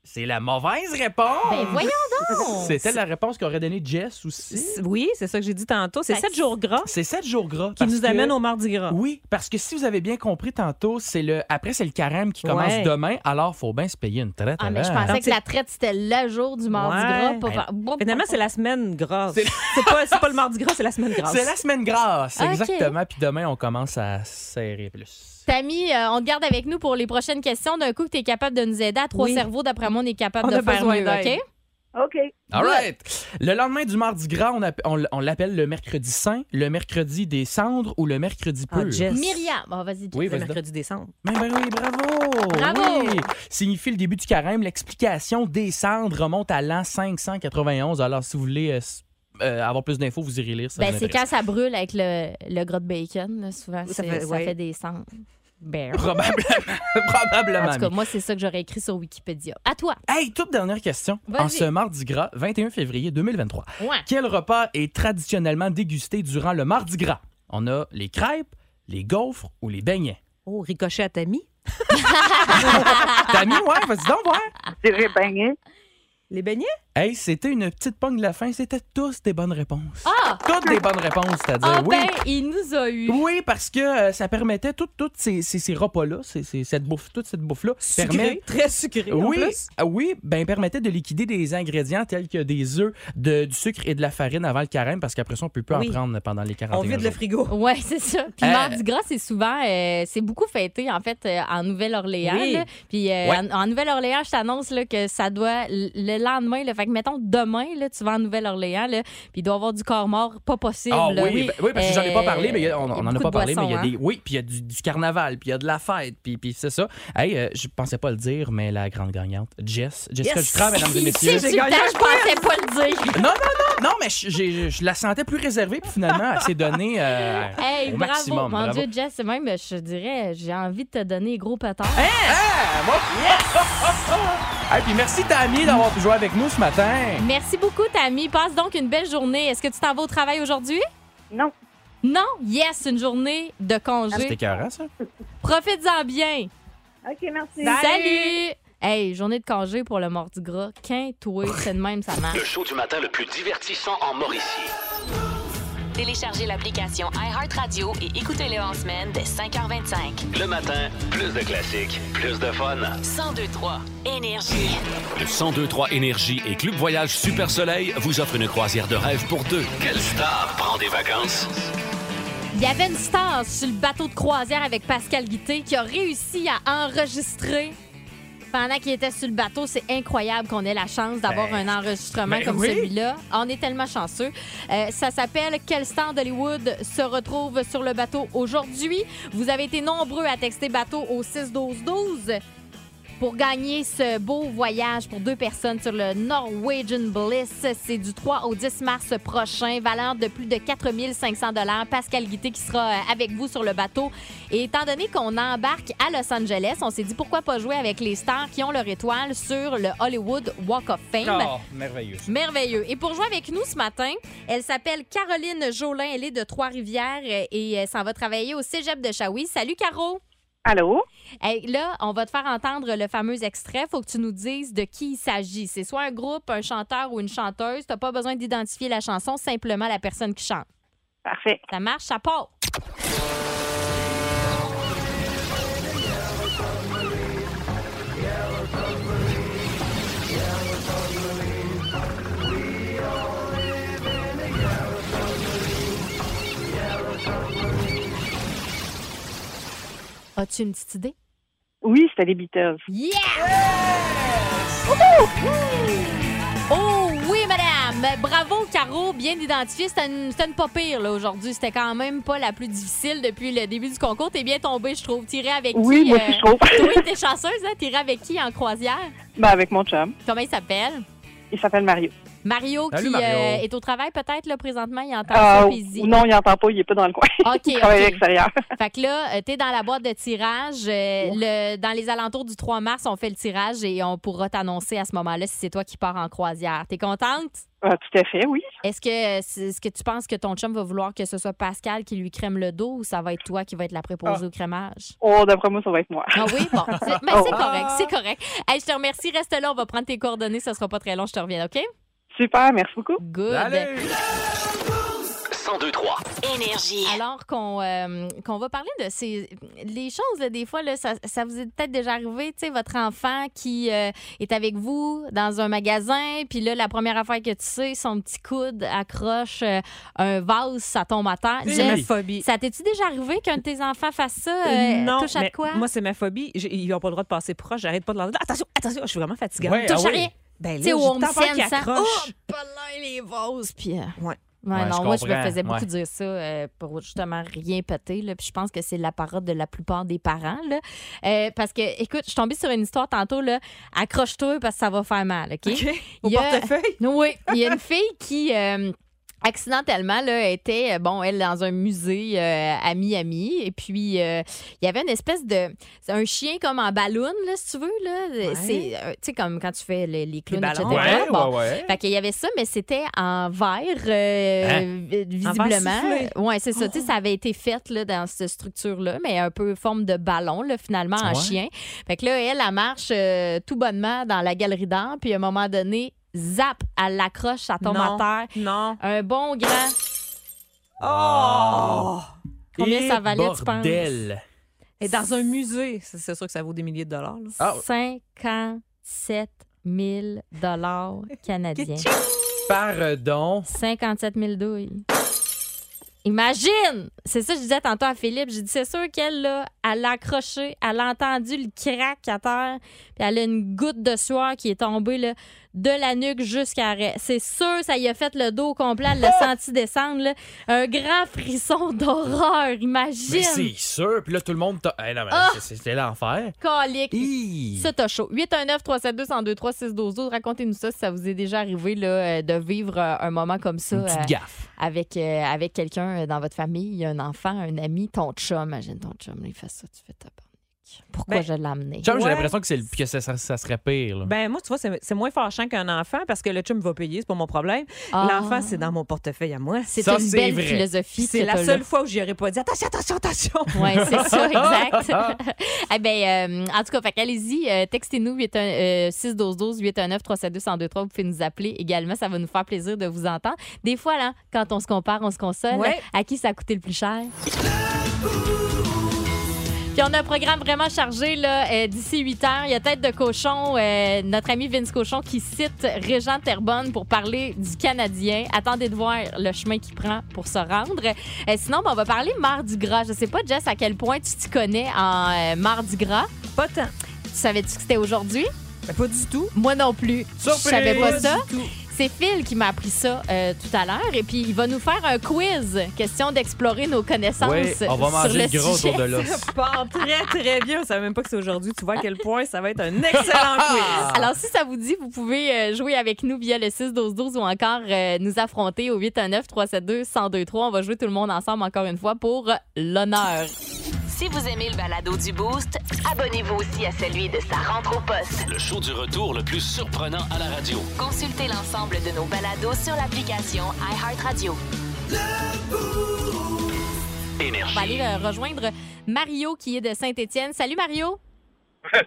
C'est la mauvaise réponse! Ah, Ben voyons donc! C'était la réponse qu'aurait donnée Jess aussi. Oui, c'est ça que j'ai dit tantôt. C'est Fait sept que- jours gras C'est 7 jours gras. qui parce nous que- amènent au mardi Ah. gras. Oui, parce que si vous avez bien compris tantôt, c'est le après c'est le carême qui commence Ouais. demain, alors faut bien se payer une traite. Ah, mais je avant. pensais Donc, que c'est- la traite, c'était le jour du Mardi Ouais. Ben, Gras. pas- Bon, Finalement, c'est la semaine grasse. C'est pas, c'est pas le mardi gras, c'est la semaine grasse. C'est la semaine grasse, Ok. exactement. Puis demain, on commence à serrer plus. Tammy, euh, on te garde avec nous pour les prochaines questions. D'un coup, que tu es capable de nous aider à trois Oui. cerveaux. D'après moi, on est capable On de a faire besoin mieux, d'aide. OK? OK. All right. Le lendemain du Mardi Gras, on, app- on l- on l'appelle le mercredi saint, le mercredi des cendres ou le mercredi pur. Ah, Jess. Myriam, bon, vas-y. Jess. Oui, Le vas-y. donc. mercredi décembre. Ben, ben oui, bravo! Bravo! Oui. Signifie le début du carême. L'explication des cendres remonte à l'an 591. Alors, si vous voulez euh, s- euh, avoir plus d'infos, vous irez lire ça. Ben, vous c'est intéresse. quand ça brûle avec le, le gras de bacon, là, souvent. Ça c'est- Ça, fait, fait- ouais. des cendres. Bear. Probablement. Probablement. En tout cas, moi, c'est ça que j'aurais écrit sur Wikipédia. À toi. Hey, toute dernière question. Vas-y. En ce mardi gras, 21 février 2023, Ouais. quel repas est traditionnellement dégusté durant le mardi gras? On a les crêpes, les gaufres ou les beignets. Oh, ricochet à Tammy. Ah! Tammy, ouais, vas-y donc voir. C'est les beignets. Les beignets? Hey, c'était une petite pogne de la fin. C'était tous des bonnes réponses. Ah! Toutes des bonnes réponses, c'est-à-dire Ah oui. ben, il nous a eu. Oui, parce que euh, ça permettait toutes tout ces, ces- ces repas-là, ces- ces- cette bouffe, toute cette bouffe-là. Sucré, très sucré, en Oui, plus. ah oui, ben permettait de liquider des ingrédients tels que des œufs, de- du sucre et de la farine avant le carême, parce qu'après ça, on peut plus Oui. en prendre pendant les 41 jours. frigo. Oui, c'est ça. Puis Euh, Mardi Gras, c'est souvent, euh, c'est beaucoup fêté, en fait, euh, en Nouvelle-Orléans. Oui. là. Puis euh, Ouais. en, en Nouvelle-Orléans, je t'annonce là, que ça doit, l- le lendemain, là, fait que mettons demain, là, tu vas en Nouvelle-Orléans, là, puis il doit y avoir du corps mort, pas possible. Ah là. oui, ben- oui, parce que j'en ai pas parlé, mais il y a- on Euh, n'en beaucoup a de pas parlé, boissons, mais il y a hein. des. Oui, puis il y a du, du carnaval, puis il y a de la fête, puis, puis c'est ça. Hey, euh, je pensais pas le dire, mais la grande gagnante, Jess, Jessica Yes! Dutras, mesdames et hein. Il messieurs. sait tout le temps, je pensais pas le dire. Non, non, non, non, mais je, j'ai- je la sentais plus réservée, puis finalement, elle s'est donnée euh, Hey, au bravo, maximum. mon bravo. Dieu, Jess, c'est même, je dirais, j'ai envie de te donner les gros pétards. Hey, puis merci, Tammy, d'avoir Mm. pu jouer avec nous ce matin. Merci beaucoup, Tammy. Passe donc une belle journée. Est-ce que tu t'en vas au travail aujourd'hui? Non. Non? Yes, une journée de C'était congé. écœurant, ça. Profites-en bien. OK, merci. Salut! Hey, journée de congé pour le mordu gras. Quintoué, c'est de même, ça Le marche. show du matin le plus divertissant en Mauricie. Téléchargez l'application iHeartRadio et écoutez-le en semaine dès 5h25. Le matin, plus de classiques, plus de fun. 1023 Énergie. Le 1023 Énergie et Club Voyage Super Soleil vous offrent une croisière de rêve pour deux. Quelle star prend des vacances? Il y avait une star sur le bateau de croisière avec Pascal Guitté qui a réussi à enregistrer pendant qu'il était sur le bateau. C'est incroyable qu'on ait la chance d'avoir Ben, un enregistrement ben comme oui. celui-là. On est tellement chanceux. Euh, ça s'appelle Quel star d'Hollywood se retrouve sur le bateau aujourd'hui? Vous avez été nombreux à texter bateau au 6-12-12. Pour gagner ce beau voyage pour deux personnes sur le Norwegian Bliss, c'est du 3 au 10 mars prochain, valeur de plus de 4500 dollars. Pascal Guité qui sera euh, avec vous sur le bateau. Et étant donné qu'on embarque à Los Angeles, on s'est dit pourquoi pas jouer avec les stars qui ont leur étoile sur le Hollywood Walk of Fame. merveilleux. Merveilleux. Et pour jouer avec nous ce matin, elle s'appelle Caroline Jolin. Elle est de Trois-Rivières euh, et elle s'en va travailler au cégep de Shawi. Salut, Caro. Allô? Hey, là, on va te faire entendre le fameux extrait. faut que tu nous dises de qui il s'agit. C'est soit un groupe, un chanteur ou une chanteuse. Tu pas besoin d'identifier la chanson, simplement la personne qui chante. Parfait. Ça marche, ça part. As-tu une petite idée? Oui, c'était les Beatles. Yes! Oh oui, madame! Bravo, Caro, bien identifié. C'était une, c'était une pas pire là, aujourd'hui. C'était quand même pas la plus difficile depuis le début du concours. T'es bien tombée, je trouve. Tiré avec Oui, qui? moi aussi, je trouve. oui, t'es chanceuse, hein? Tiré avec qui en croisière? Ben, avec mon chum. Comment il s'appelle? Il s'appelle Mario. Mario, Salut, qui Mario. euh, est au travail peut-être là, présentement. Il entend Ah, ça, ou- puis il dit- non, il n'entend pas, il n'est pas dans le coin. OK, il travaille OK. à l'extérieur. Fait que là, euh, t'es dans la boîte de tirage. euh, le- dans les alentours du 3 mars, on fait le tirage et on pourra t'annoncer à ce moment-là si c'est toi qui pars en croisière. T'es contente? Euh, tout à fait, oui. Est-ce que, c'est- est-ce que tu penses que ton chum va vouloir que ce soit Pascal qui lui crème le dos ou ça va être toi qui va être la Ah. préposée au crémage? Oh, d'après moi, ça va être moi. Ah oui, bon. C'est, mais Oh. c'est correct, c'est correct. Hey, je te remercie. Reste là, on va prendre tes coordonnées. Ça sera pas très long, je te reviens, OK? Super, merci beaucoup. Good. Allez. 1023. Énergie. Alors qu'on euh, qu'on va parler de ces les choses là, des fois là, ça, ça vous est peut-être déjà arrivé, tu sais votre enfant qui euh, est avec vous dans un magasin, puis là la première affaire que tu sais, son petit coude accroche euh, un vase, ça tombe à terre. C'est ma Jess, phobie. Ça t'es-tu déjà arrivé qu'un de tes enfants fasse ça euh, non, touche à de mais quoi moi, c'est ma phobie. J'ai- Ils n'ont pas le droit de passer proche. J'arrête pas de leur dire attention, attention, je suis vraiment fatiguée. Ouais, Touche ah à oui. rien. Ben, Tu là, sais, j'ai au Home tant peur qu'ils Sense, hein. accrochent. Oh, pas là, les vases, puis. euh, Ouais. Ouais, Ouais, non, je moi, je me comprends. faisais beaucoup Ouais. dire ça euh, pour justement rien péter. Là, puis je pense que c'est la parole de la plupart des parents. Là. Euh, parce que, écoute, je suis tombée sur une histoire tantôt. là Accroche-toi parce que ça va faire mal. oh, OK? OK. Au Il y a- portefeuille? Oui. Il y a une fille qui. euh, accidentellement, là, elle était, euh, bon, elle, dans un musée euh, à Miami. Et puis, euh, il y avait une espèce de. c'est un chien comme en ballon, là, si tu veux. là. C'est, euh, tu sais, comme quand tu fais le- les clowns, Les etc. ballons. Ouais, Bon. ouais, ouais. Fait qu'il y avait ça, mais c'était en verre, euh, Hein? vi- En verre Oh. visiblement. soufflé. ouais, c'est ça. Tu sais, ça avait été fait là, dans cette structure-là, mais un peu forme de ballon, là, finalement, en Ouais. chien. Fait que là, elle, elle marche euh, tout bonnement dans la galerie d'art, puis à un moment donné, zap, elle l'accroche, ça tombe Non, à terre. Non. Un bon grand. Oh! Combien ça valait, tu penses? bordel. Et dans un musée, c'est c'est sûr que ça vaut des milliers de dollars. là. 57 000 dollars canadiens. Pardon. 57 000 douilles. Imagine! C'est ça que je disais tantôt à Philippe. J'ai dit, c'est sûr qu'elle, là, elle l'a accroché, elle a entendu le crack à terre, puis elle a une goutte de sueur qui est tombée, là, de la nuque jusqu'à... la- C'est sûr, ça y a fait le dos au complet, elle l'a senti descendre, là. Un grand frisson d'horreur, imagine! Mais c'est sûr. Puis là, tout le monde. t'a- Eh non, mais Ah! c'est- C'était l'enfer. Colique. Hi. Ça, t'as chaud. 819 372 1023 612 Racontez-nous ça si ça vous est déjà arrivé là, euh, de vivre euh, un moment comme ça. Une petite euh, gaffe. Avec, euh, avec quelqu'un euh, dans votre famille, un enfant, un ami, ton chum. Imagine ton chum, là, il fait ça, tu fais ta panique. Pourquoi Ben, je l'ai amené? Chum, j'ai l'impression que, c'est le- que ça, ça- ça serait pire. là. Ben moi, tu vois, c'est c'est moins fâchant qu'un enfant parce que le chum va payer, c'est pas mon problème. Ah. L'enfant, c'est dans mon portefeuille à moi. C'est Ça, une c'est belle vrai. philosophie, C'est la cette là. seule fois où j'y aurais pas dit attention, attention, attention. Oui, c'est ça, exact. eh ben, euh, en tout cas, fait allez-y, euh, textez-nous euh, 612 819 372 1023 Vous pouvez nous appeler également. Ça va nous faire plaisir de vous entendre. Des fois, là, quand on se compare, on se console. Ouais. À qui ça a coûté le plus cher? Puis on a un programme vraiment chargé là, euh, d'ici 8 heures. Il y a Tête de Cochon, euh, notre ami Vince Cochon, qui cite Régent Terbonne pour parler du Canadien. Attendez de voir le chemin qu'il prend pour se rendre. Euh, sinon, ben, on va parler Mardi Gras. Je sais pas, Jess, à quel point tu t'y connais en euh, Mardi Gras. Pas tant. Tu savais-tu que c'était aujourd'hui? Ben, pas du tout. Moi non plus. Surprise! Je savais pas Pas ça. du tout. C'est Phil qui m'a appris ça euh, tout à l'heure. Et puis, il va nous faire un quiz. Question d'explorer nos connaissances Oui, on va sur manger le le gros sujet. autour de l'os. Ça part très, très bien. On savait même pas que c'est aujourd'hui. Tu vois à quel point ça va être un excellent quiz. Ah! Alors, si ça vous dit, vous pouvez euh, jouer avec nous via le 6-12-12 ou encore euh, nous affronter au 819-372-1023. On va jouer tout le monde ensemble encore une fois pour l'honneur. Si vous aimez le balado du Boost, abonnez-vous aussi à celui de sa rentre au poste. Le show du retour le plus surprenant à la radio. Consultez l'ensemble de nos balados sur l'application iHeartRadio. On va aller Énergie. euh, rejoindre Mario qui est de Saint-Étienne. Salut Mario!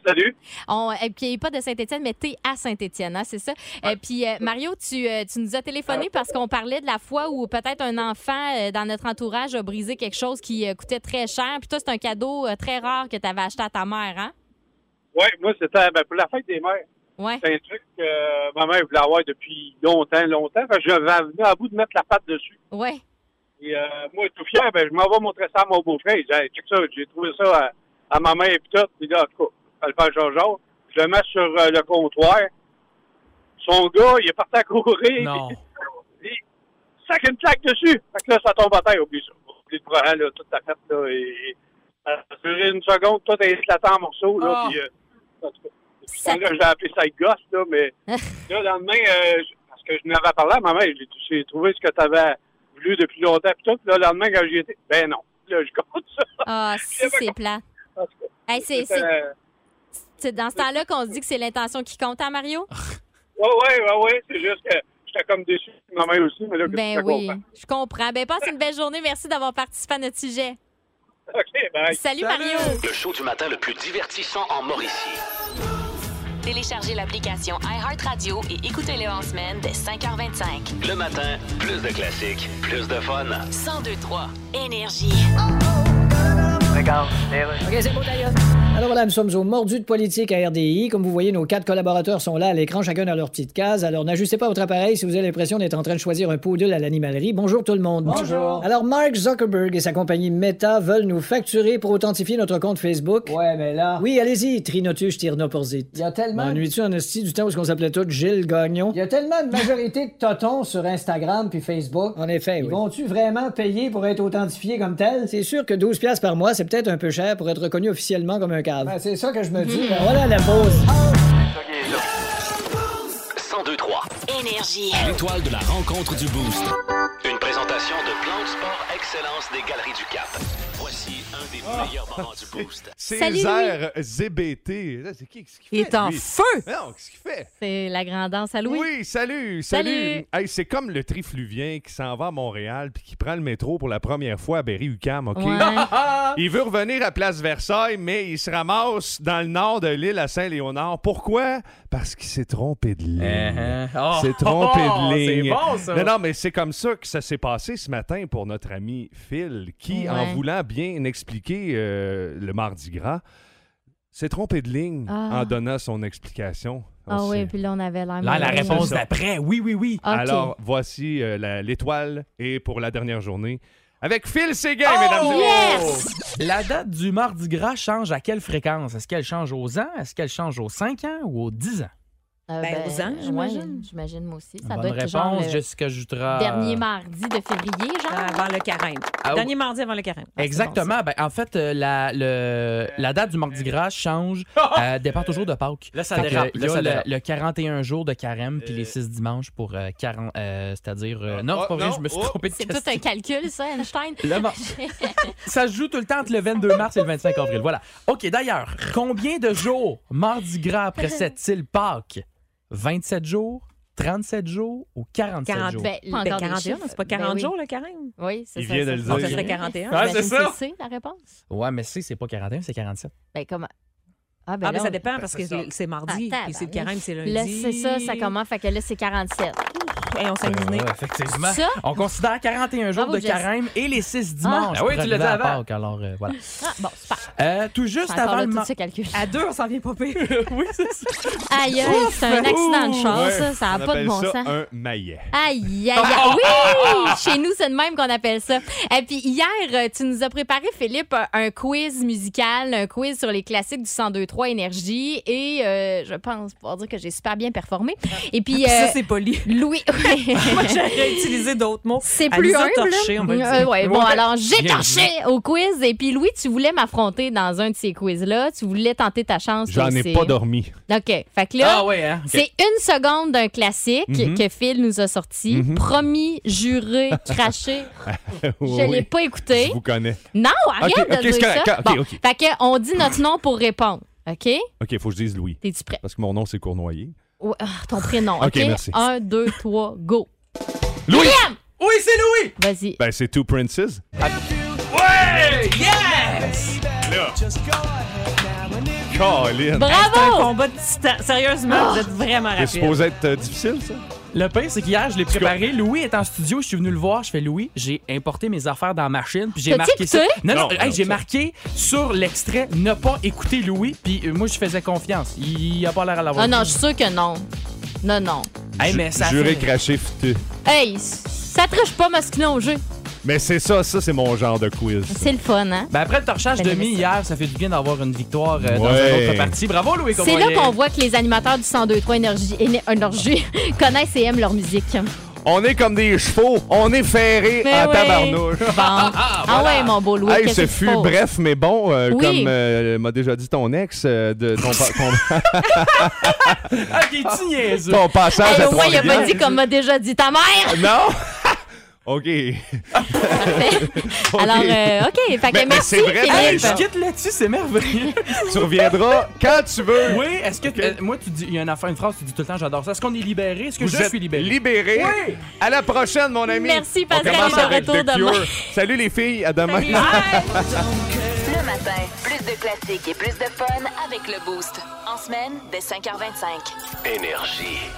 Salut. On, euh, qui n'est pas de Saint-Étienne, mais t'es à Saint-Étienne, hein, c'est ça? Et puis, euh, Mario, tu, euh, tu nous as téléphoné parce qu'on parlait de la fois où peut-être un enfant euh, dans notre entourage a brisé quelque chose qui euh, coûtait très cher. Puis toi, c'est un cadeau euh, très rare que tu avais acheté à ta mère, hein? Oui, moi, c'était ben, pour la fête des mères. Ouais. C'est un truc que ma mère voulait avoir depuis longtemps, longtemps. Fait que je vais venir à bout de mettre la patte dessus. Ouais. Et euh, moi, tout fier, ben, je m'en vais montrer ça à mon beau-frère. Il dit, Hey, check ça, j'ai trouvé ça à, à ma mère et puis tout. Il dit, ah, en tout cas, je vais le faire genre Je le mets sur euh, le comptoir. Son gars, il est parti à courir. Non. Il sac une plaque dessus. Fait que là, ça tombe à terre. Oublie ça. Oublie le courant, là, toute la fête, là. Et, ça a duré une seconde, tout est éclaté en morceaux, Oh, là. Ah. Puis, euh, en tout cas, depuis ce temps-là, je l'ai appelé Side Ghost, là, mais là, le lendemain, euh, je- parce que je n'avais parlé à ma mère, j'ai dit, j'ai trouvé ce que tu avais voulu depuis longtemps, puis tout. Là, le lendemain, quand j'y étais, ben non. Là, je compte ça. Ah, si, c'est plat. Hey, c'est, C'était- euh, c'est- c'est dans ce temps-là qu'on se dit que c'est l'intention qui compte, hein, Mario? Ouais, ouais, ouais, ouais, c'est juste que j'étais comme déçu, ma mère aussi, mais là, que Ben j'étais oui, content. je comprends. Ben, passe une belle journée. Merci d'avoir participé à notre sujet. OK, bye. Salut, Mario. Le show du matin le plus divertissant en Mauricie. Téléchargez l'application iHeartRadio et écoutez-le en semaine dès 5h25. Le matin, plus de classiques, plus de fun. 1023 Énergie. Regarde. OK, c'est beau, d'ailleurs. Alors voilà, nous sommes au mordu de politique à RDI. Comme vous voyez, nos quatre collaborateurs sont là à l'écran, chacun dans leur petite case. Alors n'ajustez pas votre appareil si vous avez l'impression d'être en train de choisir un poodle à l'animalerie. Bonjour tout le monde. Bonjour. Alors Mark Zuckerberg et sa compagnie Meta veulent nous facturer pour authentifier notre compte Facebook. Ouais, mais là. Oui, allez-y, Trinotus Tirnoporzit. Il y a tellement. M'ennuies-tu en esti du temps où ce qu'on s'appelait tous Gilles Gagnon? Il y a tellement de majorité de totons sur Instagram puis Facebook. En effet, Ils oui. vont-tu vraiment payer pour être authentifiés comme tel? C'est sûr que 12 piastres par mois, c'est peut-être un peu cher pour être reconnu officiellement comme un cave. Ben, c'est ça que je me dis. Voilà la pause. 1023 Énergie. Énergie. L'étoile de la rencontre du Boost. Une présentation de Plan de Sport Excellence des Galeries du Cap. Voici un des meilleurs moments du Boost. Césaire ZBT. Là, C'est qui qu'est-ce qu'il Il fait, est en lui? feu! Non, qu'est-ce qu'il fait? C'est la grandance à Louis. Oui, salut, salut. Hey, c'est comme le trifluvien qui s'en va à Montréal puis qui prend le métro pour la première fois à Berry-UQAM, OK? Ouais. Ah il veut revenir à Place Versailles, mais il se ramasse dans le nord de l'île à Saint-Léonard. Pourquoi? Parce qu'il s'est trompé de ligne. Uh-huh. Oh! s'est trompé Oh, de c'est ligne. bon, ça! Non, non, mais c'est comme ça que ça s'est passé ce matin pour notre ami Phil, qui, en Ouais. voulant bien expliquer euh, le Mardi Gras, s'est trompé de ligne Ah. en donnant son explication. On Ah oui, s'est- puis là, on avait l'air. Là, la malheureux. réponse d'après, oui, oui, oui. Ok. alors, voici euh, la- l'étoile et pour la dernière journée avec Phil Séguin, Oh! mesdames et messieurs. La date du Mardi Gras change à quelle fréquence? Est-ce qu'elle change aux ans? Est-ce qu'elle change aux 5 ans ou aux 10 ans? Euh, Ben, aux ans, ouais, j'imagine. j'imagine, moi aussi. Ça Bonne doit être genre réponse, euh, le Jessica Jutra. dernier mardi de février, genre. Avant le carême. Ah, Dernier mardi avant le carême. Ah, c'est Exactement. Ben, en fait, euh, la, le- la date du Mardi Gras change, euh, dépend toujours de Pâques. Là, ça Fait que, dérape, euh, Il là, y a ça le- dérape. le, 41 jours de carême, puis les 6 dimanches pour euh, 40. euh, C'est-à-dire. euh, non, Oh, c'est pas vrai, non, je me suis oh. trompé de C'est question. tout un calcul, ça, Einstein. Ben, Le mar- Ça se joue tout le temps entre le 22 mars et le 25 avril. Voilà. OK, d'ailleurs, combien de jours Mardi Gras après cette île Pâques? 27 jours, 37 jours ou 47 40, jours? ben, Pas ben, encore des 41, chiffres. c'est pas Ben 40 oui. jours le carême? Oui, c'est Il ça. vient de ça, le ça, dire. Ça serait 41. Ah, c'est J'imagine ça. que C'est la réponse. Ouais, mais c'est, c'est pas 41, c'est 47. Ben, comment. Ah, Ah, ben, là, ça on- dépend parce que c'est- c'est mardi. Attends, Puis c'est le ben, carême, c'est lundi. Là, c'est ça, ça commence. Fait que là, c'est 47. Et on s'amuse. Ben Ouais, effectivement. Ça? On considère 41 jours Bravo, de Jess. carême et les 6 dimanches. Ah oui, pour tu l'as dit arriver à avant. Pâques, alors, euh, voilà. Ah, bon, super. Euh, tout juste Juste avant là, le tout mar- ce calcul. À deux, on s'en vient pas pire. oui, c'est ça. Aïe, aïe, c'est un accident de char, ça. Ça n'a pas On de appelle bon ça sens. un maillet. Aïe, aïe, aïe. Oui! Chez nous, c'est de même qu'on appelle ça. Et puis hier, euh, tu nous as préparé, Philippe, un- un quiz musical, un quiz sur les classiques du 102.3 Énergie. Et euh, je pense pouvoir dire que j'ai super bien performé. Et puis... Ah, Ça, euh, c'est poli. Louis... Moi, j'aurais utilisé d'autres mots. C'est plus un humble. torché, on va le dire. Euh, ouais, bon, Ouais. alors j'ai Bien torché au quiz. Et puis Louis, tu voulais m'affronter dans un de ces quiz-là. Tu voulais tenter ta chance. J'en toi ai aussi. pas dormi. OK. Fait que là, Ah ouais, hein? OK. c'est une seconde d'un classique Mhm. que Phil nous a sorti. Mhm. Promis, juré, craché. Je l'ai pas écouté. Je vous connais. Non, arrête OK, de OK, dire c'est correct, ça. OK, Bon, OK. Fait que on dit notre nom pour répondre. OK? OK, faut que je dise Louis. T'es-tu prêt? Parce que mon nom, c'est Cournoyer. Ouais, ah, ton prénom. OK? OK, merci. Un, deux, trois, go. Louis! Oui, c'est Louis! Vas-y. Ben, c'est Two Princes. Ouais! Yes! Là. Colin. C'est un combat de titan. Sérieusement, vous êtes vraiment C'est rapide. supposé être euh, difficile, ça? Le pire, c'est qu'hier, je l'ai préparé. Louis est en studio. Je suis venu le voir. Je fais Louis, j'ai importé mes affaires dans la machine. Puis j'ai T'as-tu marqué ça. écouté? Non, non, Non, hey, non, j'ai ça. marqué sur l'extrait ne pas écouter Louis. Puis euh, moi, je faisais confiance. Il a pas l'air à l'avoir. Ah non, vu. je suis sûre que non. Non, non. Hey, mais ça Juré, fait- craché, futé. Hey, s- ça triche pas, masculin au jeu. Mais c'est ça, ça, c'est mon genre de quiz. ça. C'est le fun, hein? Ben, après le torchage J'avais demi aimé hier, ça fait du bien d'avoir une victoire euh, dans Ouais. une autre partie. Bravo, Louis. C'est là Cournoyer. qu'on voit que les animateurs du 102.3 Énergie, éne- énergie connaissent et aiment leur musique. On est comme des chevaux, on est ferrés Mais à oui. tabarnouche. Bon. Ah, ouais, mon beau Louis. Hey, qu'est-ce ce que tu fut poses? bref, mais bon, euh, Oui. comme euh, m'a déjà dit ton ex, euh, de ton, pa- ton- Ah, t'es-tu niaiseux? ton passage Hey, à au moins, il a pas dit Trois-Rivières. comme m'a déjà dit ta mère. Non? OK. OK. Alors, euh, OK. Fait que Mais- mais merci, c'est vrai, Hey, Philippe. je quitte là-dessus, c'est merveilleux. tu reviendras quand tu veux. oui, est-ce que. euh, moi, tu dis. Il y a une affaire, une phrase, tu dis tout le temps, j'adore ça. Est-ce qu'on est libéré? Est-ce que je êtes suis libéré? libéré. Oui. À la prochaine, mon ami. Merci, On Pascal, commence et bon avec retour The demain. Cure. Salut les filles, à demain. Le matin, plus de classiques et plus de fun avec le Boost. En semaine, dès 5h25. Énergie.